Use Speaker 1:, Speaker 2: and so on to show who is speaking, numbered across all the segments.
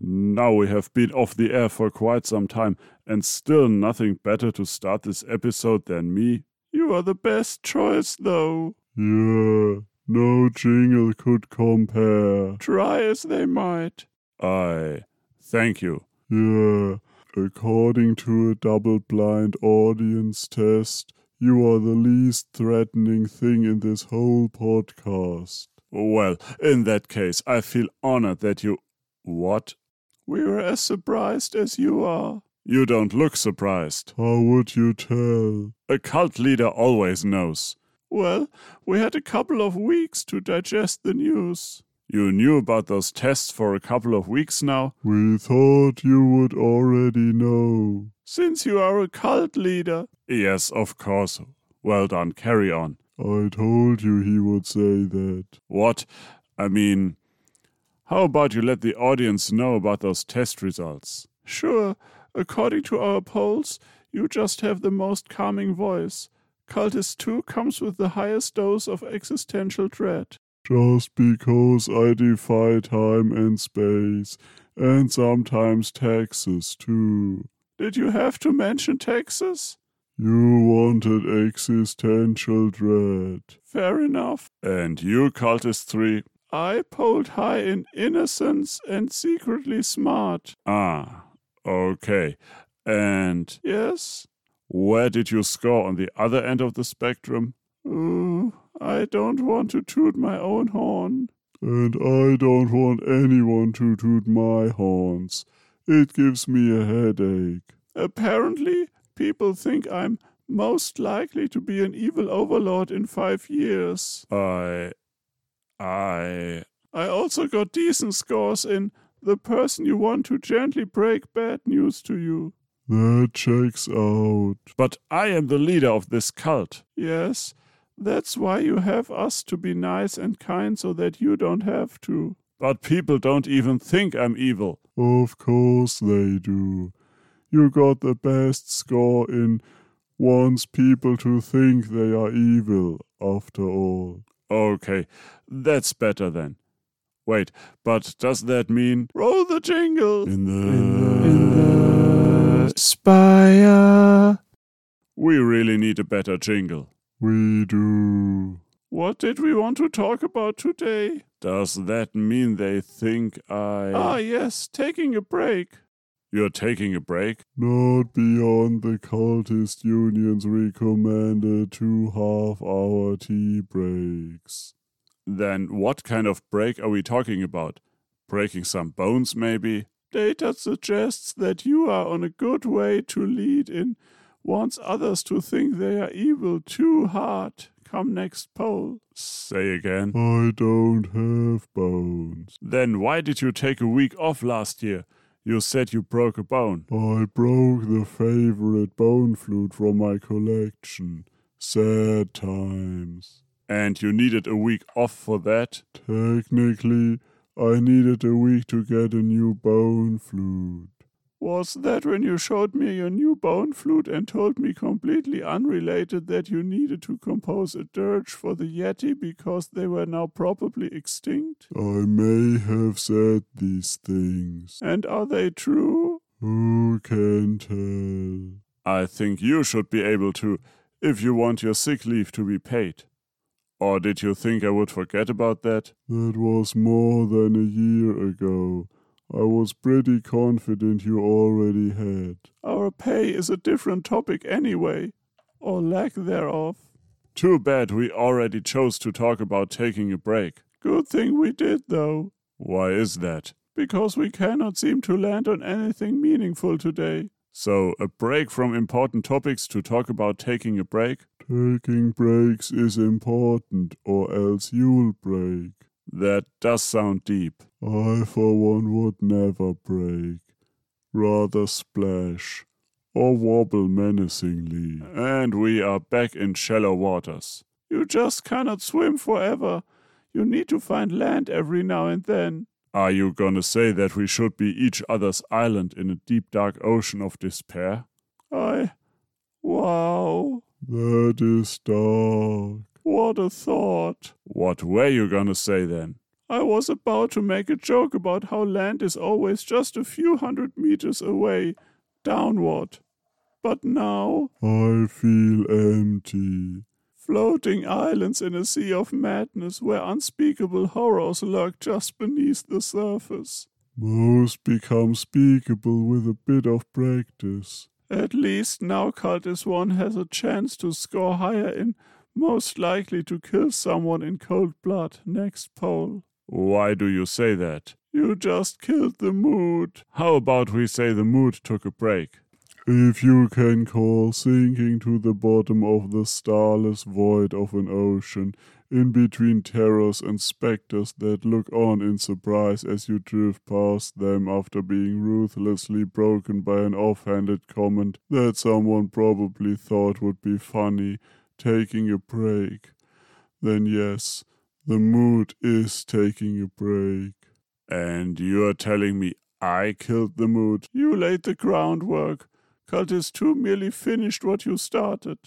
Speaker 1: Now we have been off the air for quite some time, and still nothing better to start this episode than me. You are the best choice, though.
Speaker 2: Yeah, no jingle could compare.
Speaker 1: Try as they might. I thank you.
Speaker 2: Yeah, according to a double blind audience test, you are the least threatening thing in this whole podcast.
Speaker 1: Well, in that case, I feel honored that you. What?
Speaker 2: We were as surprised as you are.
Speaker 1: You don't look surprised.
Speaker 2: How would you tell?
Speaker 1: A cult leader always knows.
Speaker 2: Well, we had a couple of weeks to digest the news.
Speaker 1: You knew about those tests for a couple of weeks now.
Speaker 2: We thought you would already know.
Speaker 1: Since you are a cult leader. Yes, of course. Well done, carry on.
Speaker 2: I told you he would say that.
Speaker 1: What? I mean, how about you let the audience know about those test results?
Speaker 2: Sure, according to our polls, you just have the most calming voice. Cultist 2 comes with the highest dose of existential dread. Just because I defy time and space, and sometimes taxes too.
Speaker 1: Did you have to mention Texas?
Speaker 2: You wanted existential dread.
Speaker 1: Fair enough. And you, Cultist 3?
Speaker 2: I polled high in innocence and secretly smart.
Speaker 1: Ah, okay. And
Speaker 2: Yes?
Speaker 1: where did you score on the other end of the spectrum?
Speaker 2: Ooh, I don't want to toot my own horn. And I don't want anyone to toot my horns. It gives me a headache. Apparently, people think I'm most likely to be an evil overlord in five years.
Speaker 1: I. I.
Speaker 2: I also got decent scores in The Person You Want to Gently Break Bad News to You. That checks out.
Speaker 1: But I am the leader of this cult.
Speaker 2: Yes, that's why you have us to be nice and kind so that you don't have to.
Speaker 1: But people don't even think I'm evil.
Speaker 2: Of course they do. You got the best score in wants people to think they are evil, after all.
Speaker 1: Okay, that's better then. Wait, but does that mean.
Speaker 2: Roll the jingle!
Speaker 1: In the.
Speaker 2: Spire!
Speaker 1: We really need a better jingle.
Speaker 2: We do. What did we want to talk about today?
Speaker 1: Does that mean they think I.
Speaker 2: Ah, yes, taking a break.
Speaker 1: You're taking a break?
Speaker 2: Not beyond the cultist union's recommended two half hour tea breaks.
Speaker 1: Then what kind of break are we talking about? Breaking some bones, maybe?
Speaker 2: Data suggests that you are on a good way to lead in wants others to think they are evil too hard. Come next poll.
Speaker 1: Say again.
Speaker 2: I don't have bones.
Speaker 1: Then why did you take a week off last year? You said you broke a bone.
Speaker 2: I broke the favorite bone flute from my collection. Sad times.
Speaker 1: And you needed a week off for that?
Speaker 2: Technically, I needed a week to get a new bone flute. Was that when you showed me your new bone flute and told me completely unrelated that you needed to compose a dirge for the Yeti because they were now probably extinct? I may have said these things. And are they true? Who can tell?
Speaker 1: I think you should be able to, if you want your sick leave to be paid. Or did you think I would forget about that?
Speaker 2: That was more than a year ago. I was pretty confident you already had. Our pay is a different topic anyway, or lack thereof.
Speaker 1: Too bad we already chose to talk about taking a break.
Speaker 2: Good thing we did, though,
Speaker 1: Why is that?
Speaker 2: because we cannot seem to land on anything meaningful today.
Speaker 1: So, a break from important topics to talk about taking a break?
Speaker 2: Taking breaks is important, or else you'll break.
Speaker 1: That does sound deep.
Speaker 2: I, for one, would never break. Rather splash, or wobble menacingly.
Speaker 1: And we are back in shallow waters.
Speaker 2: You just cannot swim forever. You need to find land every now and then.
Speaker 1: Are you gonna say that we should be each other's island in a deep dark ocean of despair?
Speaker 2: I. Wow. That is dark. What a thought.
Speaker 1: What were you gonna say then?
Speaker 3: I was about to make a joke about how land is always just a few hundred meters away, downward. But now,
Speaker 2: I feel empty.
Speaker 3: floating islands in a sea of madness where unspeakable horrors lurk just beneath the surface.
Speaker 2: Most become speakable with a bit of practice.
Speaker 3: At least now Cultist One has a chance to score higher in most likely to kill someone in cold blood next poll.
Speaker 2: Why do you say that?
Speaker 3: You just killed the mood.
Speaker 2: How about we say the mood took a break? If you can call sinking to the bottom of the starless void of an ocean, in between terrors and specters that look on in surprise as you drift past them after being ruthlessly broken by an offhanded comment that someone probably thought would be funny, taking a break, then yes, the mood is taking a break. And you're telling me I killed the mood?
Speaker 3: You laid the groundwork. Cultist 2 merely finished what you started.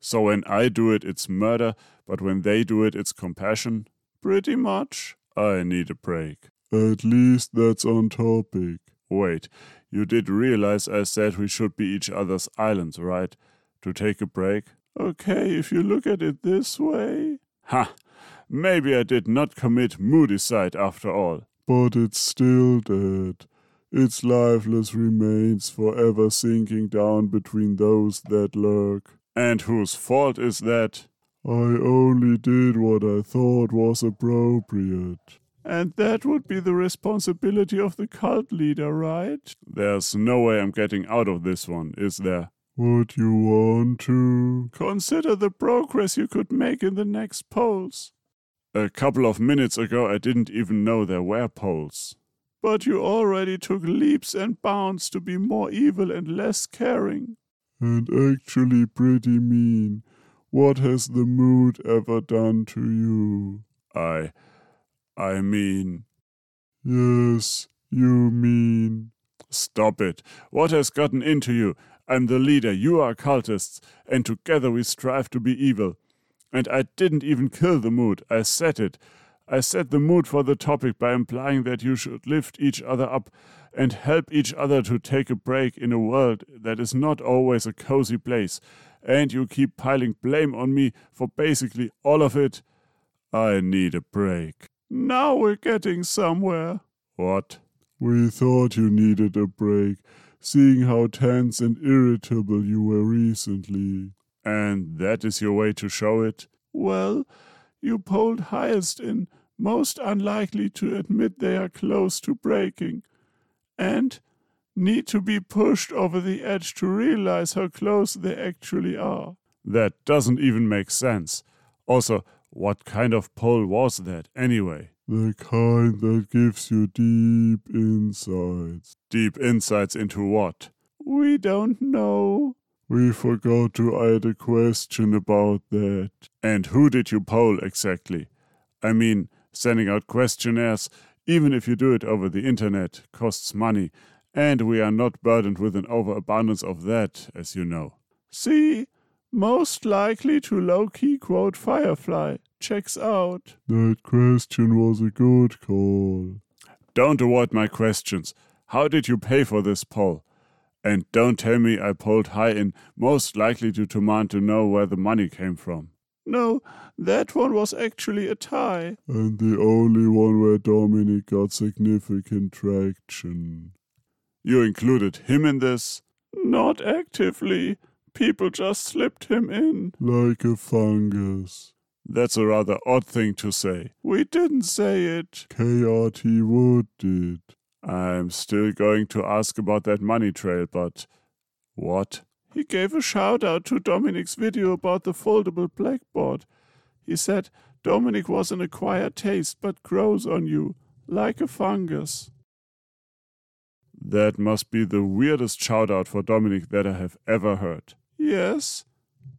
Speaker 2: So when I do it, it's murder, but when they do it, it's compassion.
Speaker 3: Pretty much.
Speaker 2: I need a break. At least that's on topic. Wait, you did realize I said we should be each other's islands, right? To take a break?
Speaker 3: Okay, if you look at it this way.
Speaker 2: Ha! Maybe I did not commit moodicide after all. But it's still dead. Its lifeless remains forever sinking down between those that lurk. And whose fault is that? I only did what I thought was appropriate.
Speaker 3: And that would be the responsibility of the cult leader, right?
Speaker 2: There's no way I'm getting out of this one, is there? Would you want to?
Speaker 3: Consider the progress you could make in the next polls.
Speaker 2: A couple of minutes ago, I didn't even know there were polls.
Speaker 3: But you already took leaps and bounds to be more evil and less caring.
Speaker 2: And actually pretty mean. What has the mood ever done to you? I. I mean. Yes, you mean. Stop it. What has gotten into you? I'm the leader, you are cultists, and together we strive to be evil. And I didn't even kill the mood, I set it. I set the mood for the topic by implying that you should lift each other up and help each other to take a break in a world that is not always a cozy place. And you keep piling blame on me for basically all of it. I need a break.
Speaker 3: Now we're getting somewhere.
Speaker 2: What? We thought you needed a break, seeing how tense and irritable you were recently. And that is your way to show it?
Speaker 3: Well, you polled highest in most unlikely to admit they are close to breaking and need to be pushed over the edge to realize how close they actually are.
Speaker 2: That doesn't even make sense. Also, what kind of poll was that anyway? The kind that gives you deep insights. Deep insights into what?
Speaker 3: We don't know.
Speaker 2: We forgot to add a question about that. And who did you poll exactly? I mean, sending out questionnaires, even if you do it over the internet, costs money, and we are not burdened with an overabundance of that, as you know.
Speaker 3: See, most likely to low key quote Firefly. Checks out.
Speaker 2: That question was a good call. Don't avoid my questions. How did you pay for this poll? And don't tell me I polled high in most likely to demand to know where the money came from.
Speaker 3: No, that one was actually a tie.
Speaker 2: And the only one where Dominic got significant traction. You included him in this?
Speaker 3: Not actively. People just slipped him in.
Speaker 2: Like a fungus. That's a rather odd thing to say.
Speaker 3: We didn't say it.
Speaker 2: KRT Wood did. I'm still going to ask about that money trail, but. What?
Speaker 3: He gave a shout out to Dominic's video about the foldable blackboard. He said, Dominic was an acquired taste but grows on you like a fungus.
Speaker 2: That must be the weirdest shout out for Dominic that I have ever heard.
Speaker 3: Yes,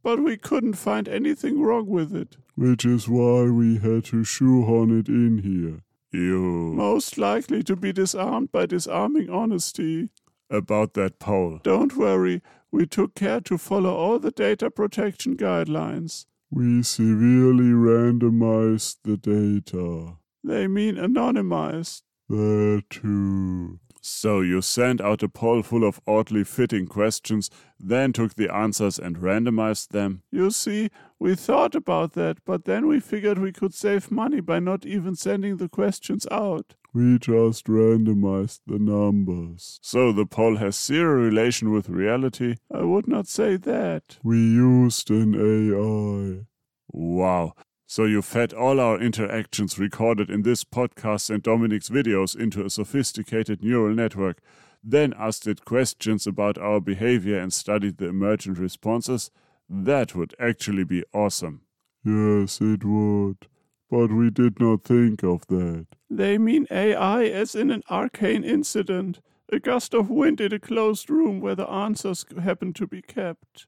Speaker 3: but we couldn't find anything wrong with it.
Speaker 2: Which is why we had to shoehorn it in here. You.
Speaker 3: Most likely to be disarmed by disarming honesty.
Speaker 2: About that poll.
Speaker 3: Don't worry, we took care to follow all the data protection guidelines.
Speaker 2: We severely randomized the data.
Speaker 3: They mean anonymized.
Speaker 2: There too. So you sent out a poll full of oddly fitting questions, then took the answers and randomized them.
Speaker 3: You see, we thought about that, but then we figured we could save money by not even sending the questions out.
Speaker 2: We just randomized the numbers. So the poll has zero relation with reality.
Speaker 3: I would not say that.
Speaker 2: We used an AI. Wow. So you fed all our interactions recorded in this podcast and Dominic's videos into a sophisticated neural network, then asked it questions about our behavior and studied the emergent responses? That would actually be awesome. Yes, it would. But we did not think of that.
Speaker 3: They mean AI as in an arcane incident, a gust of wind in a closed room where the answers happen to be kept.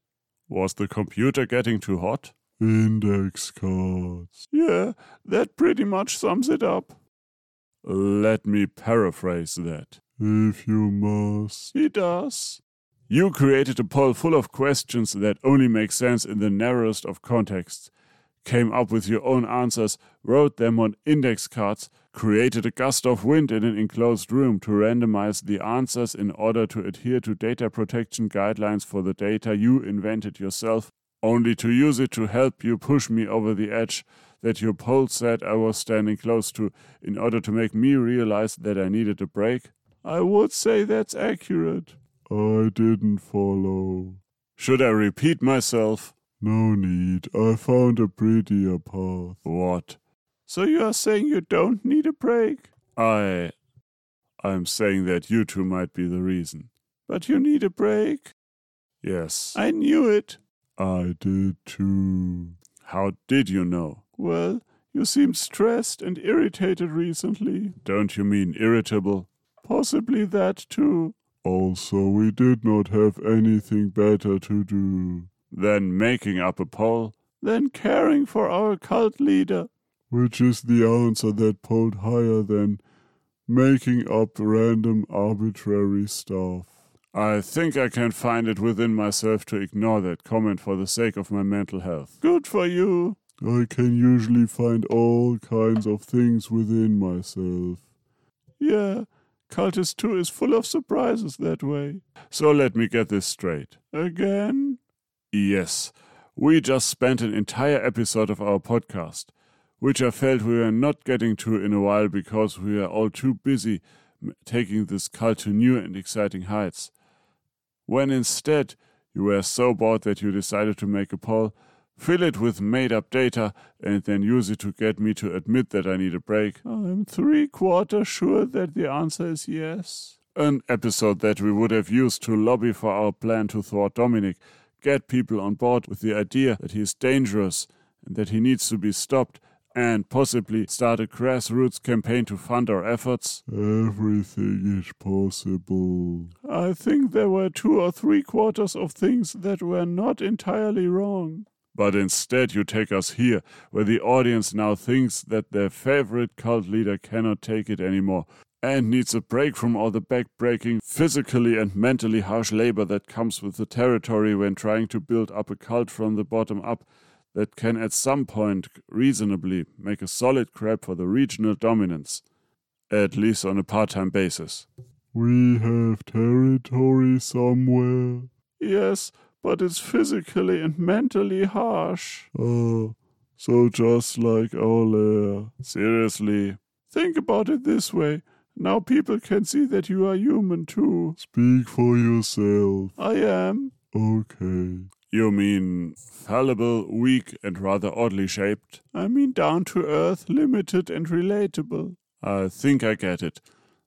Speaker 2: Was the computer getting too hot? Index cards.
Speaker 3: Yeah, that pretty much sums it up.
Speaker 2: Let me paraphrase that. If you must.
Speaker 3: He does.
Speaker 2: You created a poll full of questions that only make sense in the narrowest of contexts. Came up with your own answers, wrote them on index cards, created a gust of wind in an enclosed room to randomize the answers in order to adhere to data protection guidelines for the data you invented yourself only to use it to help you push me over the edge that your poll said I was standing close to in order to make me realize that I needed a break?
Speaker 3: I would say that's accurate.
Speaker 2: I didn't follow. Should I repeat myself? No need. I found a prettier path. What?
Speaker 3: So you are saying you don't need a break?
Speaker 2: I. I'm saying that you two might be the reason.
Speaker 3: But you need a break?
Speaker 2: Yes.
Speaker 3: I knew it.
Speaker 2: I did too. How did you know?
Speaker 3: Well, you seemed stressed and irritated recently.
Speaker 2: Don't you mean irritable?
Speaker 3: Possibly that too.
Speaker 2: Also, we did not have anything better to do than making up a poll,
Speaker 3: Then caring for our cult leader.
Speaker 2: which is the answer that polled higher than making up random arbitrary stuff. I think I can find it within myself to ignore that comment for the sake of my mental health.
Speaker 3: Good for you.
Speaker 2: I can usually find all kinds of things within myself.
Speaker 3: Yeah, Cultist 2 is full of surprises that way.
Speaker 2: So let me get this straight.
Speaker 3: Again?
Speaker 2: Yes, we just spent an entire episode of our podcast, which I felt we were not getting to in a while because we are all too busy m- taking this cult to new and exciting heights. When instead you were so bored that you decided to make a poll, fill it with made up data, and then use it to get me to admit that I need a break.
Speaker 3: I'm three quarter sure that the answer is yes.
Speaker 2: An episode that we would have used to lobby for our plan to thwart Dominic, get people on board with the idea that he is dangerous and that he needs to be stopped, and possibly start a grassroots campaign to fund our efforts. Everything is possible.
Speaker 3: I think there were two or three quarters of things that were not entirely wrong.
Speaker 2: But instead, you take us here, where the audience now thinks that their favorite cult leader cannot take it anymore and needs a break from all the back-breaking, physically and mentally harsh labor that comes with the territory when trying to build up a cult from the bottom up that can at some point reasonably make a solid grab for the regional dominance, at least on a part-time basis. We have territory somewhere.
Speaker 3: Yes, but it's physically and mentally harsh.
Speaker 2: Oh, so just like our lair. Seriously.
Speaker 3: Think about it this way. Now people can see that you are human too.
Speaker 2: Speak for yourself.
Speaker 3: I am.
Speaker 2: Okay. You mean fallible, weak, and rather oddly shaped?
Speaker 3: I mean, down to earth, limited, and relatable.
Speaker 2: I think I get it.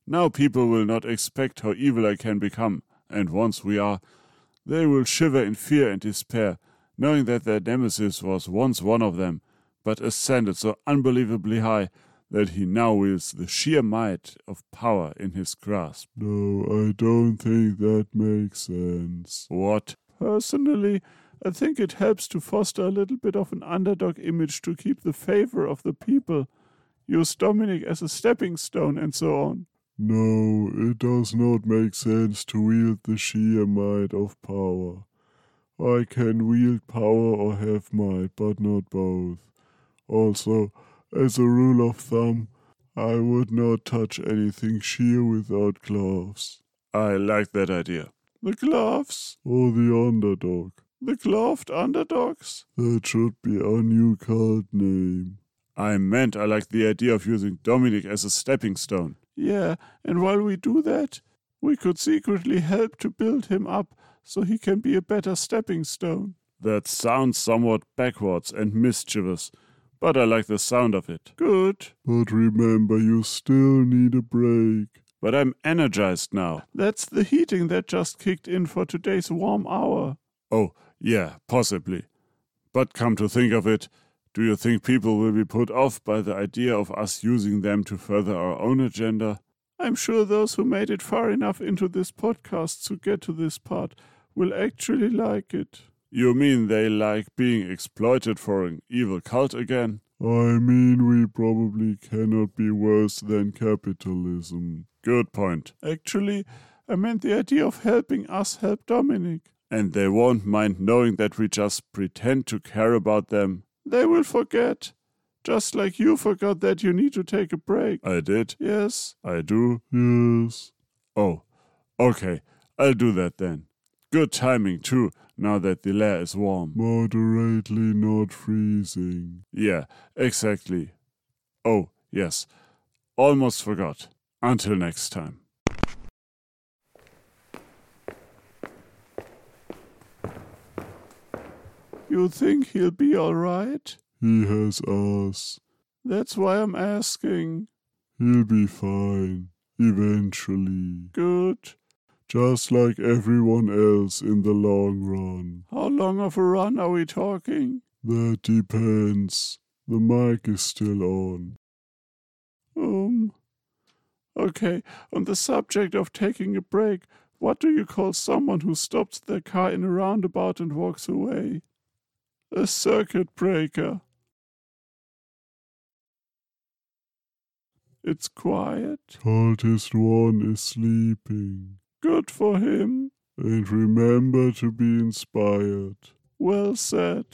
Speaker 2: Now people will not expect how evil I can become, and once we are, they will shiver in fear and despair, knowing that their nemesis was once one of them, but ascended so unbelievably high that he now wields the sheer might of power in his grasp. No, I don't think that makes sense. What?
Speaker 3: Personally, I think it helps to foster a little bit of an underdog image to keep the favor of the people. Use Dominic as a stepping stone and so on.
Speaker 2: No, it does not make sense to wield the sheer might of power. I can wield power or have might, but not both. Also, as a rule of thumb, I would not touch anything sheer without gloves.
Speaker 3: I like that idea.
Speaker 2: The gloves? Or the underdog.
Speaker 3: The gloved underdogs?
Speaker 2: That should be our new card name.
Speaker 3: I meant I like the idea of using Dominic as a stepping stone.
Speaker 2: Yeah, and while we do that, we could secretly help to build him up so he can be a better stepping stone.
Speaker 3: That sounds somewhat backwards and mischievous, but I like the sound of it.
Speaker 2: Good. But remember, you still need a break.
Speaker 3: But I'm energized now.
Speaker 2: That's the heating that just kicked in for today's warm hour.
Speaker 3: Oh, yeah, possibly. But come to think of it, do you think people will be put off by the idea of us using them to further our own agenda?
Speaker 2: I'm sure those who made it far enough into this podcast to get to this part will actually like it.
Speaker 3: You mean they like being exploited for an evil cult again?
Speaker 2: I mean, we probably cannot be worse than capitalism.
Speaker 3: Good point.
Speaker 2: Actually, I meant the idea of helping us help Dominic.
Speaker 3: And they won't mind knowing that we just pretend to care about them
Speaker 2: They will forget. Just like you forgot that you need to take a break.
Speaker 3: I did.
Speaker 2: Yes.
Speaker 3: I do.
Speaker 2: Yes.
Speaker 3: Oh, okay. I'll do that then. Good timing, too, now that the lair is warm.
Speaker 2: Moderately not freezing.
Speaker 3: Yeah, exactly. Oh, yes. Almost forgot. Until next time.
Speaker 2: You think he'll be all right?
Speaker 4: He has us.
Speaker 2: That's why I'm asking.
Speaker 4: He'll be fine. Eventually.
Speaker 2: Good.
Speaker 4: Just like everyone else in the long run.
Speaker 2: How long of a run are we talking?
Speaker 4: That depends. The mic is still on.
Speaker 2: Um. Okay, on the subject of taking a break, what do you call someone who stops their car in a roundabout and walks away? A circuit breaker. It's quiet.
Speaker 4: Cultist one is sleeping.
Speaker 2: Good for him.
Speaker 4: And remember to be inspired.
Speaker 2: Well said.